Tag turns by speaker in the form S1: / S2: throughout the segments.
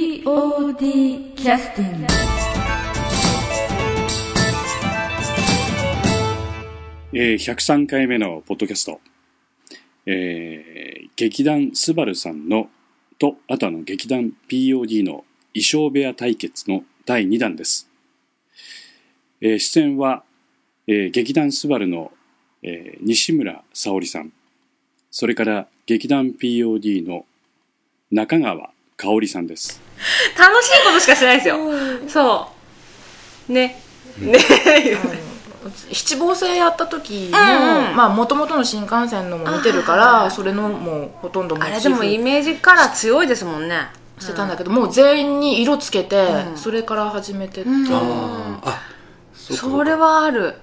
S1: POD キャスティング
S2: えー103回目のポッドキャスト、えー劇団スバルさんのとあとあの劇団 POD の衣装部屋対決の第2弾です、えー出演は、えー劇団スバルの、えー西村沙織さんそれから劇団 POD の中川香織さんです
S3: 楽しいことしかしないですよ。そう。ね。ね。
S4: 七宝星やった時も、
S3: うんうん
S4: まあもともとの新幹線のも見てるからそれのもうほとんどモ
S3: あ
S4: チ
S3: れで
S4: ー
S3: も
S4: フ
S3: イメージカラー強いですもんね。
S4: してたんだけど、もう全員に色つけて、
S3: ん
S4: それから始めてって、
S3: うん
S5: あーあそうか
S3: それはある。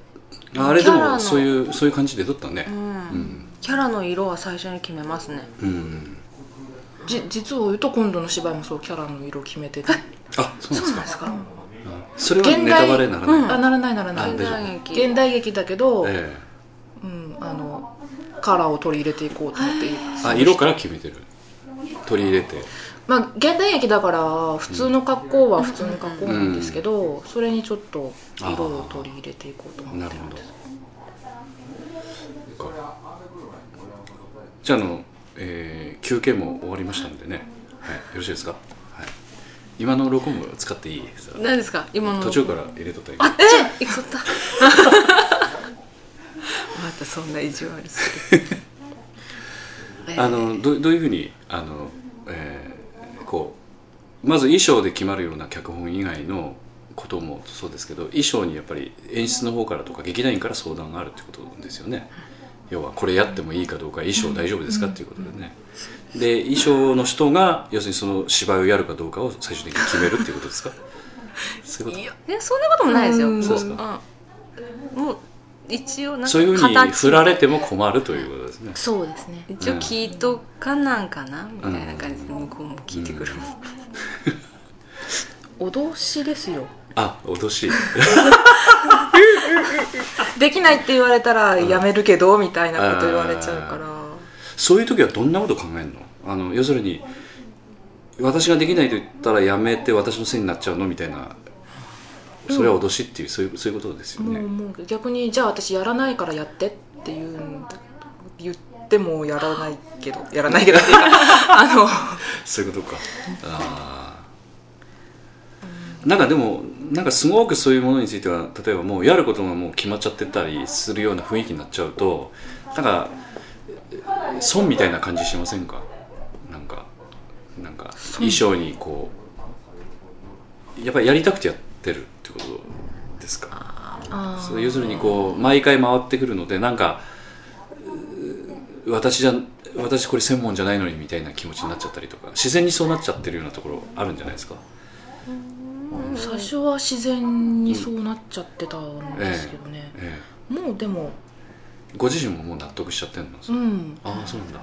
S5: そうかあれで
S3: キャラの
S5: もそういうそういう感じで撮ったね
S3: うん。キャラの色は最初に決めますね。
S5: うん
S4: じ実を言うと今度の芝居もそうキャラの色を決めてて
S5: あそうなんですか
S4: ですから、
S5: それはネタバレにならない、
S4: あならないならない
S5: あ大丈夫
S4: 現代劇だけど、
S5: え
S4: うん、あのカラーを取り入れていこうと思って、
S5: えあ色から決めてる取り入れて
S4: まあ、現代劇だから普通の格好は普通の格好なんですけど、それにちょっと色を取り入れていこうと思
S5: な
S4: って
S5: る
S4: る
S5: ほ
S4: ん
S5: ど
S4: です
S5: そっかじゃああの、えー休憩も終わりましたんでね、はい、よろしいですか、はい、今の録音も使っていいですか
S3: 何ですか今の。
S5: 途中から入れとったらいい
S3: あっ ち行くった。またそんな意地悪する。え
S5: あのどうどういうふうにあの、えーこうまず衣装で決まるような脚本以外のこともそうですけど衣装にやっぱり演出の方からとか劇団員から相談があるってことですよね要はこれやってもいいかどうか衣装大丈夫ですかっていうことでねで衣装の人が要するにその芝居をやるかどうかを最終的に決めるっていうことですかそういうこ
S3: ね、そんなこともないですよ。
S5: そうですか
S3: うんもう、一応なん
S5: と
S3: か
S5: そういうふうに振られ
S3: て
S5: ても困るということですね
S4: そうですね
S3: 一応聞いとかなんかなみたいな感じで向こうも聞いてくるもん
S4: 脅しですよ
S5: あ脅しい
S4: できないって言われたらやめるけどみたいなこと言われちゃうから
S5: そういう時はどんなこと考えるのあの要するに私ができないと言ったらやめて私のせいになっちゃうのみたいなそれは脅しっていう、そういうそういうことですよ
S4: も
S5: ね、
S4: うもう逆にじゃあ私やらないからやってっていうんだ言ってもやらないけどやらないけどって いうかあ
S5: そういうことかあーなんかでもなんかすごくそういうものについては例えばもうやることがもう決まっちゃってたりするような雰囲気になっちゃうとなんか損みたいな感じしませんかなんかなんか衣装にこうやっぱりやりたくてやってるってことですか
S4: の
S5: そう要するにこう毎回回ってくるのでなんかうー私じゃ私これ専門じゃないのにみたいな気持ちになっちゃったりとか自然にそうなっちゃってるようなところあるんじゃないですか
S4: 最初は自然にそうなっちゃってたんですけどね、
S5: え
S4: もうでも
S5: えご自身ももう納得しちゃってるの、
S4: うん
S5: ああそうなんだ、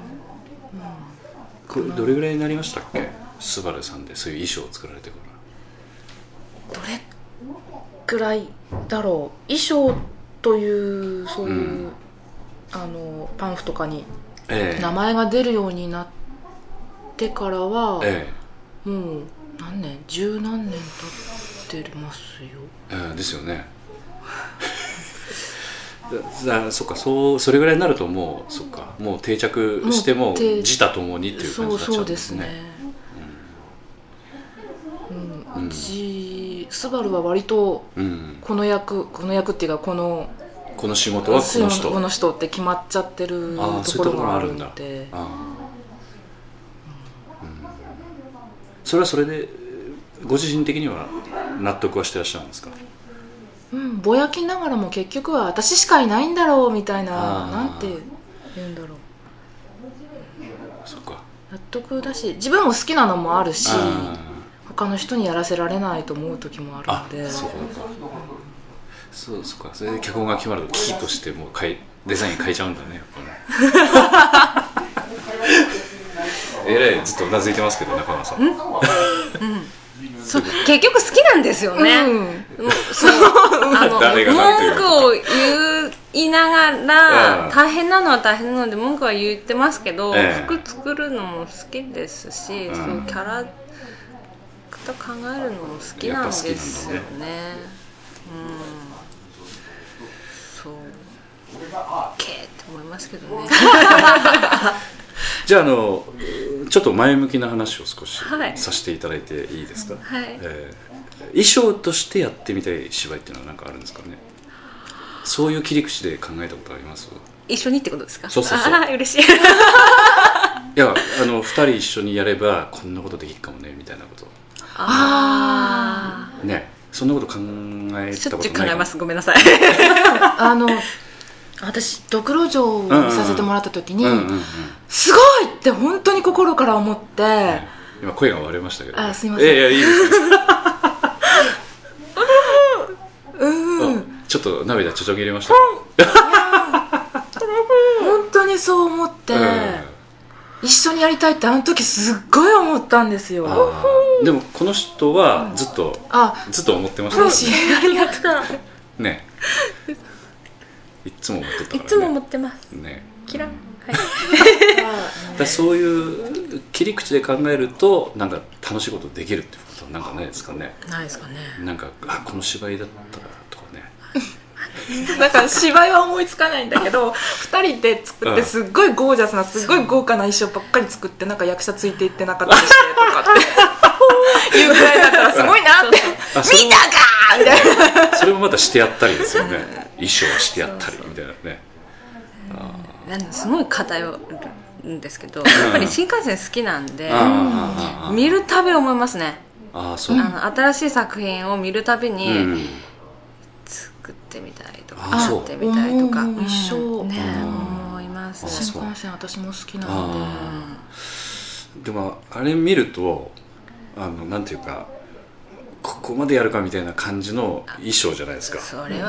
S5: これどれぐらいになりましたっけスバルさんでそういう衣装を作られてから
S4: どれくらいだろう衣装というそういう、
S5: うん
S4: あのパンフとかに
S5: ええ
S4: 名前が出るようになってからは、
S5: ええ
S4: もう何年十何年経ってますよ
S5: えーですよね だだそっかそうそれぐらいになるともうそっかもう定着して
S4: も
S5: も
S4: う定
S5: 自他ともにってい
S4: そ
S5: う感じ
S4: う
S5: になっちゃ
S4: そううん
S5: で
S4: ですす
S5: ね
S4: ねうん、う
S5: うん
S4: ちスバルは割と
S5: うん、
S4: この役この役っていうかこの
S5: この仕事はこの人
S4: この人って決まっちゃってる
S5: ああ
S4: と
S5: そうい
S4: こ
S5: うと
S4: ろ
S5: こ
S4: が
S5: ろが
S4: あ
S5: あ
S4: る
S5: る
S4: ん
S5: ん
S4: で
S5: だああ、うん、それはそれでご自身的には納得はしてらっしゃるんですか
S4: うん、ぼやきながらも結局は私しかいないんだろうみたいな
S5: あー
S4: なんて言うんだろう
S5: そっか
S4: 納得だし自分も好きなのもあるし
S5: ああ
S4: 他の人にやらせられないと思う時もあ
S5: あ
S4: るので
S5: そうかそうそうかそれで脚本が決まるとキーとしてもう変えデザイン変えちゃうんだねやっ ぱねえらいずっとうなずいてますけど中村さん
S3: そう結局好きなんですよね、
S4: うん
S3: もうそうあの
S5: 誰がなんて言う
S3: 文句を言う言いながら、
S5: うん
S3: 大変なのは大変なので文句は言ってますけど、
S5: ええ
S3: 服作るのも好きですし、
S5: うん
S3: そうキャラと考えるのも好きなんですよ
S5: やっぱ好き
S3: ねうんそうけーって思いますけど ね
S5: じゃああのちょっと前向きな話を少し
S3: はい
S5: させていただいていいですか、
S3: はい
S5: えー衣装としてやってみたい芝居っていうのは何かあるんですかねそういう切り口で考えたことあります
S3: 一緒にってことですか
S5: そうそうそう
S3: あー 嬉し い
S5: いやあの2人一緒にやればこんなことできるかもねみたいなこと
S3: あ
S5: ねそんなこと考え
S3: あしょ
S5: た
S3: っ
S5: こ
S3: ちゅ
S5: と
S3: う考
S5: ない
S3: え
S5: かも
S3: ますごめんなさい
S4: あの私ドクロ城を見させてもらった時に、
S5: うんうんうん
S4: すごいって本当に心から思って、
S5: 今声が割れましたけど
S4: あすいません
S5: いやいやいいですよ
S4: うん
S5: あちょっと涙ちょちょぎれました
S4: 本当にそう思って、一緒にやりたいってあの時すっごい思ったんですよ
S5: うんあーでもこの人はずっと
S4: あ
S5: ずっと思ってました
S4: 嬉し
S5: ね
S4: いありがとう
S5: ねいっつも思ってたか ら
S3: い
S5: ね
S3: つも思ってます
S5: ね
S3: キランはい
S5: だからそういう切り口で考えるとなんか楽しいことできるってことはなんかないですかね
S4: ないですかね
S5: なんかあこの芝居だったらとかね
S4: なんか芝居は思いつかないんだけど2人で作っ
S5: う
S4: て
S5: ん
S4: すっごいゴージャスなすっごい豪華な衣装ばっかり作ってなんか役者ついていってなかったりしてとかっていうぐらいだったらすごいなって
S5: あそれも
S4: あーみたいな
S5: それもまたしてやったりですよね衣装はしてやったりみたいなね
S3: あのすごい偏るんですけどやっぱり新幹線好きなんで
S5: あーあーあー
S3: 見るたび思いますね
S5: あーそう
S3: あの新しい作品を見るたび
S5: う
S3: に
S5: ん
S3: 作ってみたいとか
S5: あそう
S3: 作ってみたいとか
S4: 思う一緒
S3: ね
S5: うん
S3: 思います
S5: あそう
S4: 新幹線私も好きなので
S5: あーでもあれ見るとあのなんていうかここまでやるかみたいな感じの衣装じゃないですか
S3: それは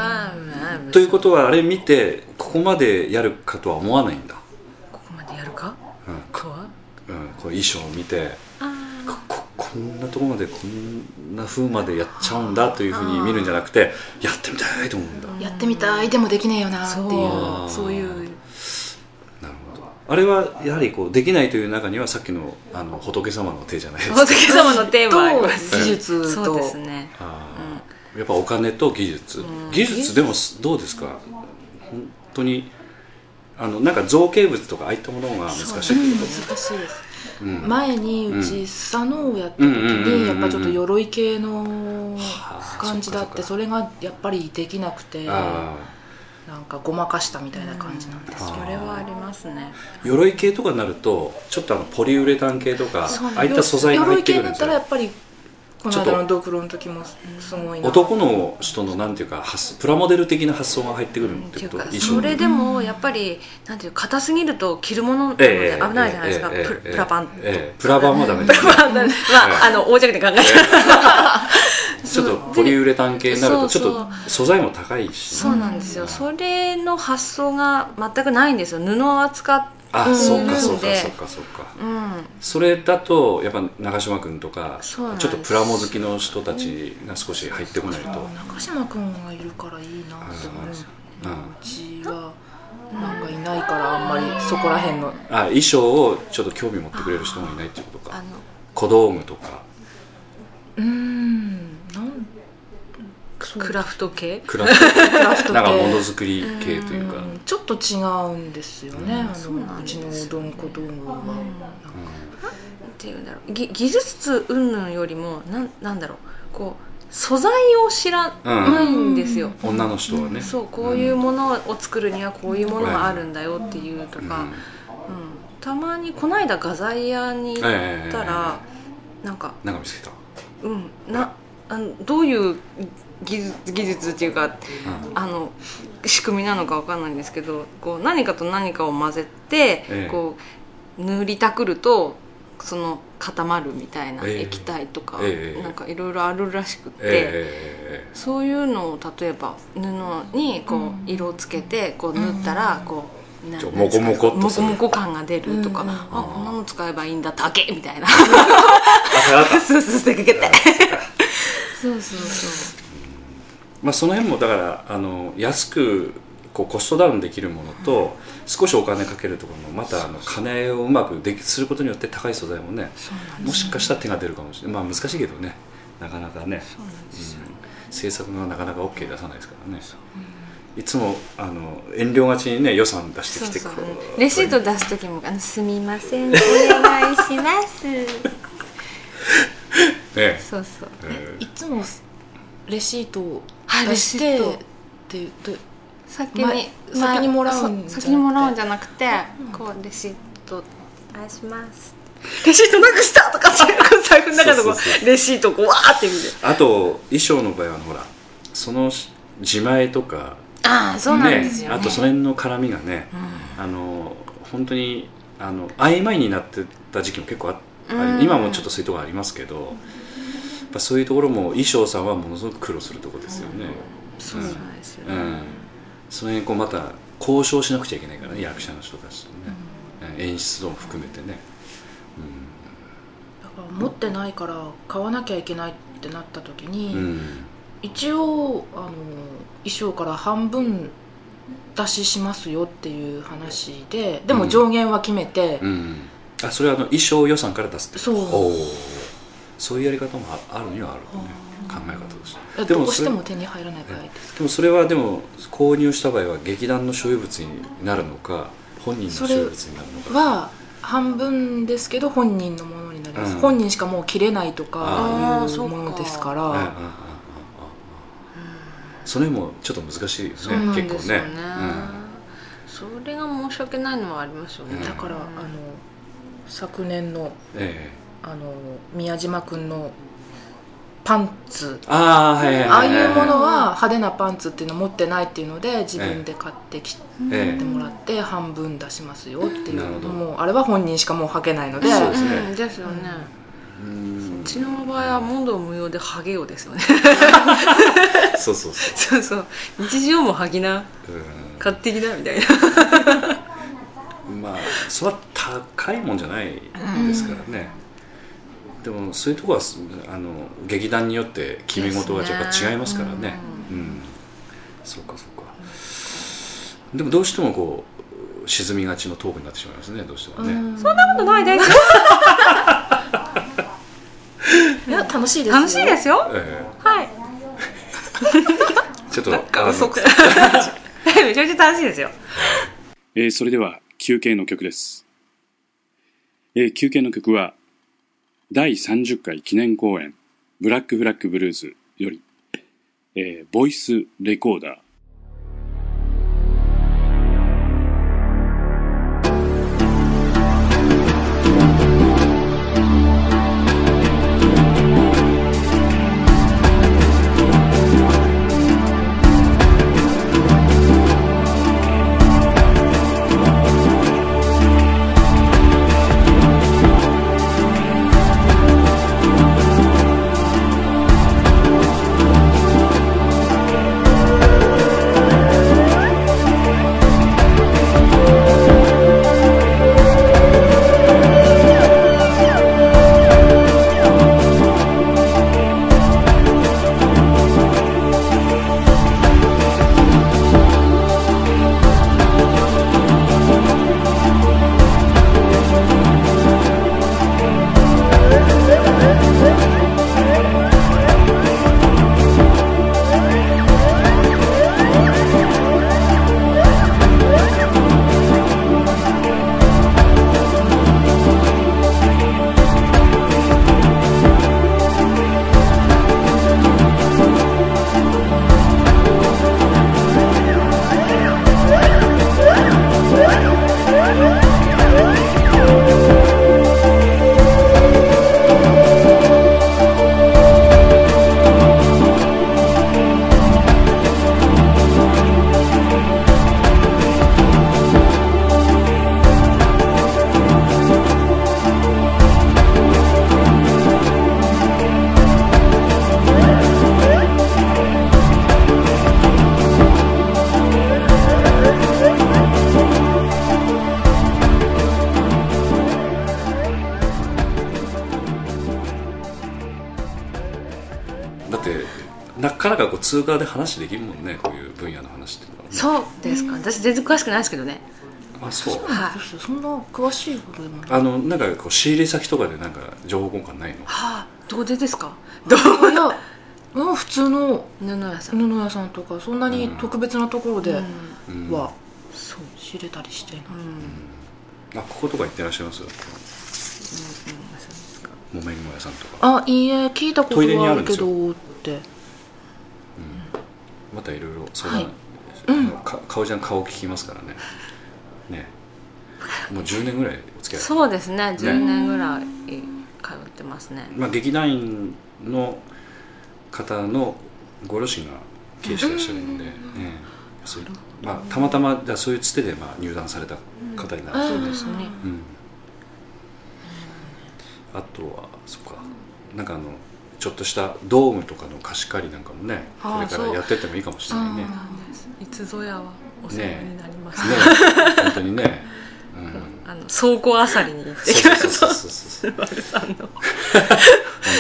S3: まあ
S5: ということはあれ見てここまでやるかとは思わないんだ、
S3: ここまでやるか
S5: うん
S3: かは
S5: うん、こう衣装を見て
S3: あ
S5: こここんなとこまでこんな風までやっちゃうんだというふうに見るんじゃなくてやってみたいと思うんだ
S4: やってみたいでもできねえよなっていう
S5: そう
S4: そういう
S5: なるほどあれはやはりこうできないという中にはさっきのあの仏様の手じゃないですか
S3: 仏様のテーマあり
S4: と
S3: ます
S4: 技術
S3: そう
S4: と
S3: ですね
S5: あーやっぱお金と技術、技術でもすどうですか本当にあのなんか造形物とかああいったものが難しいって
S4: うん
S5: こ
S4: 難しいです
S5: と、うん
S4: 前にうち佐野をやった時
S5: うん
S4: にやっぱちょっと鎧系の
S5: はあ
S4: 感じだって
S5: そ
S4: それがやっぱりできなくてな
S5: あ
S4: んかごまかしたみたいな感じなんです
S5: あ
S4: よ
S5: ー
S3: それはありますね
S5: ー鎧系とかになるとちょっとあのポリウレタン系とか
S4: そうなんです
S5: ああいった素材が
S4: 鎧
S5: 入ってく
S4: 系
S5: るん
S4: だっ
S5: です
S4: たらや
S5: よ
S4: っぱりこの間のドクロの時もすごいな
S5: 男の人のなんていうか発想プラモデル的な発想が入ってくるっ
S3: っててい
S5: こ
S3: う
S5: と
S3: か
S5: 衣装
S3: それでもやっぱりなんていうか硬すぎると着るものなので危ないじゃないですか、
S5: ええええええ
S3: ププラパン、
S5: ええプラバンもダメだよね
S3: まあ、あの大弱で考えた
S5: ちょっとポリウレタン系になるとちょっ
S3: そう
S5: と素材も高い し
S3: そうなんですよそれの発想が全くないんですよ布を扱っ
S5: あそうかそう
S3: う
S5: か
S3: ん
S5: そうかそうか
S3: うん
S5: それだとやっぱ長嶋君とかち
S3: そう
S5: ょ
S3: なん
S5: っ
S3: です
S5: とプラモ好きの人たちが少し入ってこないと、
S4: 中島君がいるからいいなって思うんですよね
S5: うん
S4: うちはなんかいないからあんまりそこら辺の
S5: あ衣装をちょっと興味持ってくれる人もいないっていうこと
S3: あ
S5: か
S3: の
S5: 小道具とか
S4: うーんなん
S3: クラフト系
S5: ク ラフト
S4: クラフト系
S5: なんかものづくり系というか、
S4: うんちょっと違うんですよね、
S5: うん
S4: あ
S3: そうな
S4: のうん
S3: で
S4: ち
S3: すよ
S4: のうどん小道具は、
S3: っていうんだろうぎ技術云々よりもなんなんだろうこう素材を知らないんですよ、
S5: うん女の人はね、
S3: そうこういうものを作るにはこういうものがあるんだよっていうと
S5: うん
S3: か、うん、たまにこないだ画材屋に行ったら、なんか
S5: なんか見つけた、
S3: うんなあのどういう技術技術っていうか
S5: うん
S3: あの仕組みなのかわかんないんですけどこう何かと何かを混ぜて、
S5: ええ
S3: こう塗りたくるとその固まるみたいな
S5: ええ
S3: 液体とか、
S5: ええ
S3: なんかいろいろあるらしくて。
S5: ええ
S3: そういうのを例えば布にこう色をつけてこう縫ったらこうな
S5: ちょモコモコっと
S3: モ
S5: す
S3: コ
S5: る
S3: モコ感が出るとか、
S4: うんうん
S3: あこんなの使えばいいんだ竹みたいな
S5: ああった
S3: そうそうそう
S5: あそっか
S3: そうそうそう
S5: まあ、その辺もだからあの安くここうコストダウンできるものと少しお金かけるところのまたあの金をうまくできすることによって高い素材もね
S3: そうなんで
S5: も
S3: す
S5: しかしたら手が出るかもしれないまあ難しいけどねなかなかね、
S3: そうなんですよ、
S5: うん、制作がなかなか OK 出さないですからねいつもあの遠慮がちにね予算出して
S3: そう
S5: きて
S3: そう
S5: こう
S3: レシート出す時も「あのすみま せんお願いします」
S5: ね
S3: そうそう
S5: え
S4: いつもレシートを
S3: はい
S4: 出
S3: レシ
S4: して
S3: ー
S4: っ
S3: ト
S4: て言って
S3: 先に
S4: ま先にもらうんじゃなくて
S3: そ先にもらうんじゃなくてこうレシートお願いしますレシートなくしたとかって財布
S5: の中のこうそうそう
S3: レシートこうわーって見て
S5: あと衣装の場合はほらその自前とか
S3: ああそうなんですよね
S5: あとその辺の絡みがねあの本当にあの曖昧になってた時期も結構ああり
S3: うん
S5: 今もちょっとそういうところありますけどやっぱそういうところも衣装さんはものすごく苦労するところですよね、
S3: そうなんですよ
S5: う
S3: ね、
S5: ん、その辺こうまた交渉しなくちゃいけないからね役者の人たちとね、うん演出も含めてね、
S4: だから持ってないから買わなきゃいけないってなった時に、
S5: うん
S4: 一応あの衣装から半分出ししますよっていう話でで
S5: う
S4: も
S5: ん
S4: 上限は決めて、
S5: うんあそれはあの衣装予算から出すって
S4: そう
S5: おーそういうやり方もああるにはあるよね考え方としてで
S4: ど
S5: も
S4: う
S5: そ
S4: し
S5: れ
S4: ても手に入らない場合です
S5: でもそれはでも購入した場合は劇団の所有物になるのか本人の所有物になるのか
S4: は半分ですけど本人のものになります、
S5: うん
S4: 本人しかもう切れないと
S5: あ
S4: か
S3: ー
S4: い
S3: そううか
S4: ものですか
S5: うんうんうんうん
S4: ら
S5: うんそれもちょっと難しいよね
S4: そうなん
S5: 結構
S3: ですよね
S5: ね、
S3: それが申し訳ないのはありますよね、
S5: うん
S4: だからあの昨年の
S5: うん、ええ
S4: あの宮島君のパンツ
S5: ああはいはいはい
S4: ああいうも
S5: は
S4: のは派手なパンツっていうの持ってないっていうので自分で買ってき
S5: いえ
S4: てもらって半分出しますよってい
S5: なるほ
S4: う
S5: ど
S4: もうあれは本人しかもう履けないので
S5: そうですね
S3: んですよね、
S5: えうん
S3: うちの場合は問答無用でハゲよですよね
S5: そうそうそ
S3: そうそう日常もハギな
S5: う、
S3: 買ってきなみたいな
S5: うん、まあそれは高いもんじゃないですからね、でもそういうとこはあの劇団によって決め事がやっぱ違いますからねうん、そうかそうかでもどうしてもこう沈みがちのトークになってしまいますねどうしてもね、
S4: うん
S3: そんなことないです
S4: いや楽しいですよ
S3: 楽しいですよ
S5: え
S3: はい
S5: え ちょっとあ
S4: あ
S5: の
S4: 嘘くさ
S3: めちゃめちゃ楽しいですよ
S2: えーそれでは休憩の曲です、えー休憩の曲は第30回記念公演ブラックフラックブルーズより、えーボイスレコーダー
S5: だってなかなかこう通過で話できるもんねこういう分野の話っていうのはね
S3: そうですか私全然詳しくないですけどね
S5: あそう
S3: はい
S4: そうそうそんな詳しいことでもない
S5: あのなんかこう仕入れ先とかでなんか情報交換ないの
S3: はあどうでですか
S4: いやもう普通の
S3: 布屋さん、
S4: 布屋さんとかそんなに特別なところで
S3: うん
S5: うん
S4: は
S3: そう、
S4: 知れたりしてない、
S3: うん、
S5: あこことか行ってらっしゃいます木綿小屋さんとか
S4: あいいえ聞いたこと
S5: トイレに
S4: は
S5: あ
S4: ある
S5: るんで
S4: け
S5: すよ
S4: どって
S5: またいろいろ相談、
S4: はい
S5: あ
S4: うん
S5: のか顔じゃん顔聞きますからねねもう10年ぐらいお付き合い
S3: そうですね10年ぐらい通ってますね
S5: まあ、劇団員の方のご両親が経営してらっしゃるんで、
S4: うん
S5: ええそうまあ、たまたまだそういうつてでまあ入団された方になるんですよ
S3: そう
S5: ね、
S3: ですね
S5: うんあとはそっかなんかあのちょっとしたドームとかの貸し借りなんかもね
S4: あー
S5: これから
S4: そう
S5: やってってもいいかもしれないねね
S3: いつぞやはお世話になりました、
S5: 本当に ね、うん
S3: あの倉庫あさりに行ってき
S5: そう
S3: ま
S5: そう
S3: し
S5: そう
S3: た
S5: そ
S3: 丸
S5: うそう
S3: さんの
S5: 本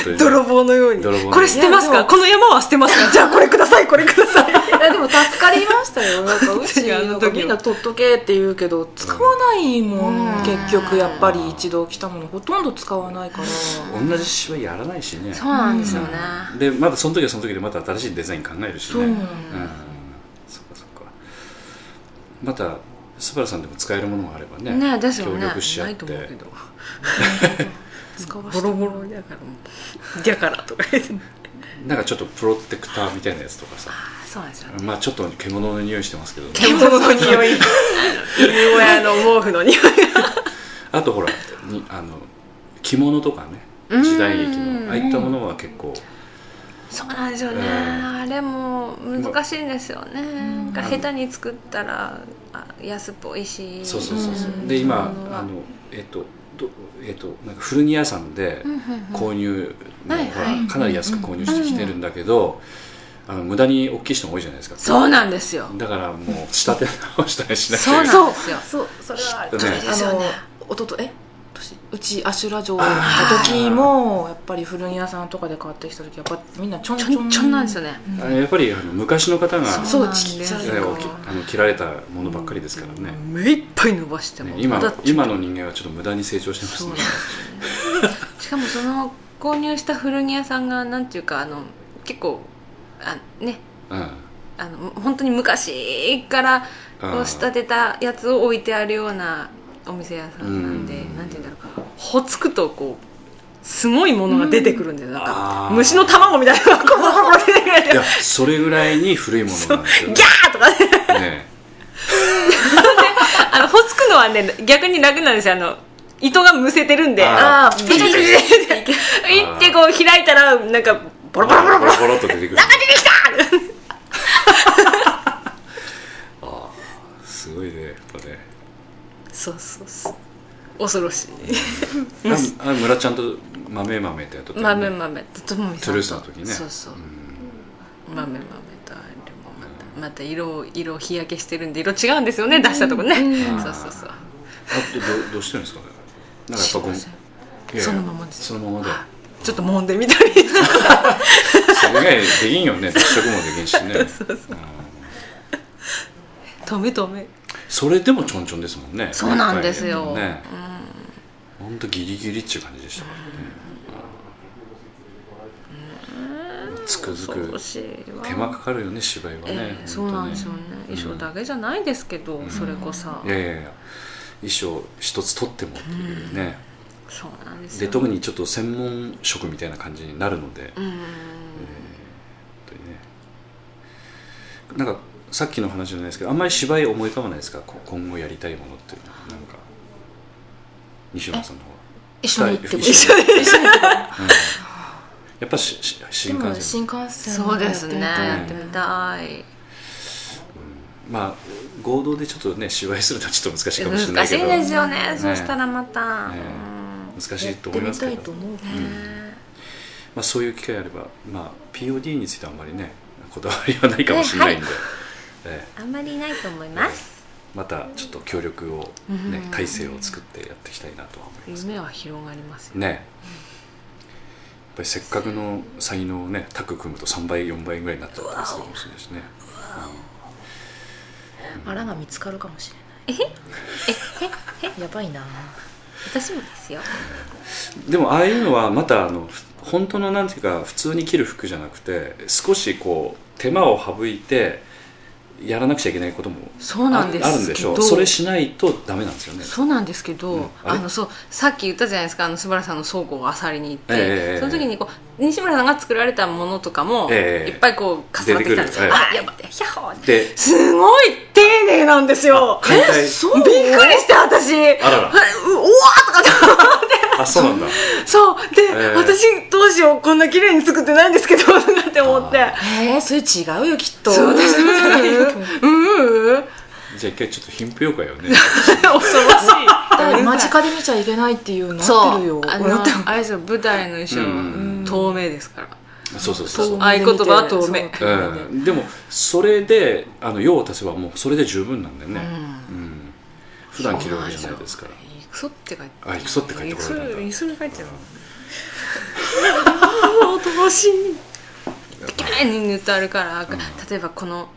S5: 当にね
S3: 泥棒のように
S5: 泥棒のように
S3: これ捨てます
S4: いや
S3: か
S4: でも
S3: この山は捨てます かじゃあこれくださいこれください
S4: いやでも助かりましたよなん かうち
S3: 違うあ
S4: な
S3: の
S4: んか
S3: 時は
S4: みんな取っとけって言うけど使わないもん、
S3: うん
S4: 結局やっぱり一度来たものほとんど使わないから、
S5: 同じ芝居やらないしね
S3: そうなんですよね、
S5: うんでまだその時はその時でまた新しいデザイン考えるしね
S4: そう
S5: うんそっかそっかまたスバルさんでも使えるものがあればね
S3: ねですよね
S5: 協力し合
S3: な
S5: っ
S3: いと
S5: て
S3: 思うけど
S4: 使 わ
S3: ボ
S4: せて
S3: ロボ
S4: もらう
S3: ロだからもうだからとか言って
S5: なんかちょっとプロテクターみたいなやつとかさ
S3: そうなんですよね
S5: まあちょっと獣の匂いしてますけど、
S3: 獣の匂い犬小屋の毛布の匂い
S5: あとほらにあの着物とかね
S3: うん
S5: 時代劇のああいったものは結構
S3: そうなんですよね、
S5: ええ
S3: あれも難しいんですよね、なんか下手に作ったらあ安っぽいし
S5: そうそうそうそううんで今
S3: 着物は
S5: あのえっとどえっとなんか古着屋さんで
S3: うんうんうん
S5: 購入の
S3: はい
S5: ほ
S3: はい
S5: らかなり安く購入してきてるんだけどあの無駄に大きい人も多いじゃないですか
S3: そうなんですよ
S5: だからもう仕立て直したりしなき
S3: そう
S5: ゃいけない
S3: なんですよ
S4: そうそれは
S5: ね
S3: ですよね
S4: あのおととえ年うち阿修羅城の時もやっぱり古着屋さんとかで買ってきた時やっぱみんなちょんち
S3: ち
S4: ょ
S3: ょ
S4: ん
S3: んちょんなんですよね
S5: あやっぱりあの昔の方が
S3: そ
S4: そう
S3: なんです
S4: ちっちゃい
S5: え
S4: から
S5: ーおきあの切られたものばっかりですからね,ね、
S3: 目いっぱい伸ばしても
S5: 今
S3: まだちょっと
S5: 今の人間はちょっと無駄に成長してます
S3: そう
S5: ね
S3: なんですよねしかもその購入した古着屋さんがなんていうかあの結構あねあの本当に昔から
S5: うん
S3: こう仕立てたやつを置いてあるようなお店屋さんなんで
S5: うん
S3: なんて言うんだろうほつくとこうすごいものが出てくるんですよなん
S5: あ
S3: か
S5: ー
S3: 虫の卵みたいなのがコロコロコロ出てくるんで
S5: いやそれぐらいに古いものなんですよね
S3: ギャーとかね
S5: ね
S3: あのほつくのはね逆に楽なんですよあの糸がむせてるんで
S5: あ
S3: あ
S5: ー
S3: ービリビリビリっていってこう開いたらなんかボロボロボロボロ
S5: ボロボロっと出てくる
S3: 出てきた
S5: あーすごいねやっぱね
S3: そうそうそう恐ろしい
S5: ああ村ちゃんと豆豆ってやっとったよ
S3: 豆
S5: ね
S3: 豆とともみ
S5: ト
S3: さ
S5: ゥル
S3: ん
S5: ースの時ね
S3: そうそう、
S5: ん
S3: 豆豆とあれもまたまた色を色を日焼けしてるんで色違うんですよね出したとこね、
S4: うん
S3: そうそうそう
S5: あどどどうしてるんですかねなんかやっぱこ
S3: 知り
S5: う
S3: ません
S5: いやいや
S3: そのままです
S5: そのままで
S3: ちょっと揉んでみたり
S5: それ以外できんよね脱色もできんしねうん
S3: 止め止め
S5: それでもちょんちょんですもんね
S3: そうなんですよ、
S5: ね
S3: うん
S5: 本当ギリギリっていう感じでしたからねつくづ
S3: 恐ろ
S5: く
S3: しいわ
S5: 手間かかるよね芝居はね、
S3: ええそうなんですよね
S5: 本当
S3: 衣装だけじゃないですけど、それこそ
S5: いやいやいや衣装一つ取ってもっていうね、
S3: そうなんですよ
S5: で特にちょっと専門職みたいな感じになるので、
S3: うん
S5: 本当にねなんかさっきの話じゃないですけどあんまり芝居思い浮かばないですかこ今後やりたいものっていうのはなんか西野さんの方は
S4: 一緒に行ってこい
S5: 一緒に
S4: 一緒に行ってこい
S5: やっぱしし新
S4: でも
S5: 幹線
S4: 新幹線
S3: そうですねや
S4: や
S3: っ
S4: ってて
S3: み
S4: みた
S3: た
S4: い
S3: い
S5: まあ合同でちょっとね芝居するのはちょっと難しいかもしれな
S3: 難
S5: い
S3: し
S5: け
S3: い
S5: ど
S3: ですよね
S5: ね
S3: そうしたらまた、
S5: ね
S3: うん
S5: 難しいと思いますけ
S4: やってみたいと
S5: ど、ま
S4: 思うけど
S3: ね
S5: あ、そういう機会あれば、まあ、POD についてはあんまりねこだわりはないかもしれないんで、ええ
S3: あんまりないと思います
S5: またちょっと協力を、
S3: う
S5: ね
S3: ん
S5: 体制を作ってやっていきたいなとは思います
S3: 夢は広がりますよ
S5: ね、ぱりせっかくの才能をねタッグ組むと3倍4倍ぐらいになったりとかするかもしれないしね
S4: あらが見つかるかもし
S3: えへ
S4: れないやばいな
S3: 私もですよ
S5: でもああいうのはまたあのふ本当のなんていうか普通に着る服じゃなくて少しこう手間を省いてやらなくちゃいけないことも
S4: そう
S5: あ
S4: なんですけど
S5: あるんでしょうそれしないとダメなんですよね
S4: そうなんですけど、
S5: うんあ
S3: あ
S5: れ
S3: のそうさっき言ったじゃないですかあの素原さんの倉庫をあさりに行って、
S5: ええ
S3: その時にこう西村さんが作られたものとかも、
S5: ええ
S3: いっぱいこう重なってきたんですよ、
S5: 出てくる
S3: あやばいヒャホーって
S5: です
S4: ごい丁寧なんですよ
S5: 解体
S4: そうびっくりして私
S5: あらら
S4: ううわーとかって
S5: あそうなんだ
S4: そうで、
S5: えー
S4: 私どうしようこんな綺麗に作ってないんで すけどとかって思って
S5: あ
S4: えー、それ違うよきっとそうです うんうん
S5: じゃあ一回ちょっと品評会をね
S3: 恐 ろしい
S4: 間近で見ちゃいけないっていうなっ
S3: そ
S4: てるよ
S3: うあ
S4: 思
S3: の
S4: ったもん
S3: あれですよ舞台の衣装
S5: う
S3: は
S5: ん
S3: 透明ですから、
S5: そうそうそうそう
S3: 合言葉は透明
S4: そう
S5: うん、でもそれであの用を足せばもうそれで十分なんだよね、うん普段着るわけじゃないですから
S3: いくそって書いて
S5: あいくそって書いてこられたんだ
S3: いくそいくそに書いてある
S4: おとばしい
S3: 綺麗に塗ってあるから、例えばこの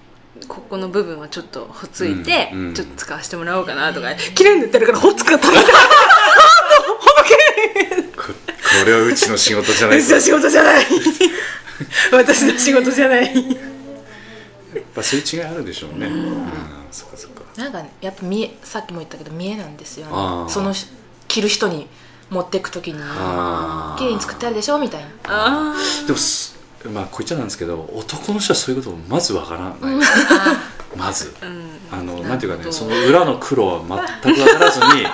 S3: ここの部分はちょっとほついて、
S5: うんうん
S3: ちょっと使わせてもらおうかなとか、
S4: 綺麗に塗ってるからほっつく食べた
S5: ここれはうちの仕事じゃ ない
S4: 私
S5: ぞ
S4: の仕事じゃない私の仕事じゃない
S5: まあそういう違いあるでしょうね、うん、そっかそっか
S4: なんかねやっぱ見えさっきも言ったけど見えなんですよ
S5: あー
S4: ねそのし着る人に持ってく時に
S5: あー
S4: 綺麗に作ってあるでしょみたいな
S3: あ
S5: でもすまあこう言っちゃなんですけど男の人はそういうことをまずわからないまず
S3: あうん
S5: あのなんていうか
S3: なるほ
S5: ね
S3: ど
S5: その裏の苦労は全くわからず に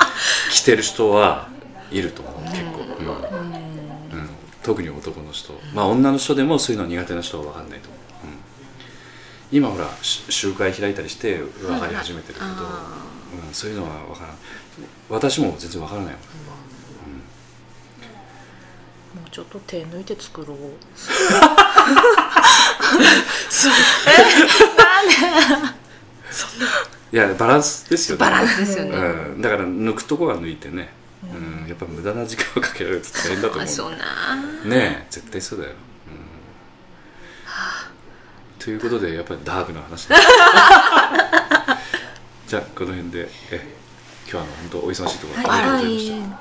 S5: 着てる人はいると思う結構、うんうん特に男の人まあ女の人でもそういうの苦手な人はわかんないと思う、うん今ほらし集会開いたりして分かり始めてるけど、
S3: あ
S5: うん、そういうのはわからん私も全然わからないもん
S4: もうちょっと手抜いて作ろう
S5: いやバランスですよね
S3: バランスですよね、
S5: うん、だから抜くとこは抜いてね、うんやっぱ無駄な時間をかけられると大変だと
S3: あそ
S5: 思
S3: うな
S5: うねえ絶対そうだよ、うんということでやっぱりダークな話だじゃあこの辺でえ今日はあの本当お忙しいところ
S3: はい
S5: ありがとうございました、ね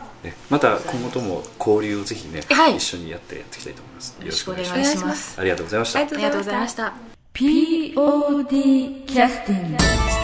S5: また今後とも交流をぜひね、
S4: はい
S5: 一緒にやってやっていきたいと思いますよ
S4: よろしくお願いし
S5: ろし
S3: お願いしま
S4: ますす
S5: ありがとうございました
S4: ありがとうございました
S1: POD キャスティング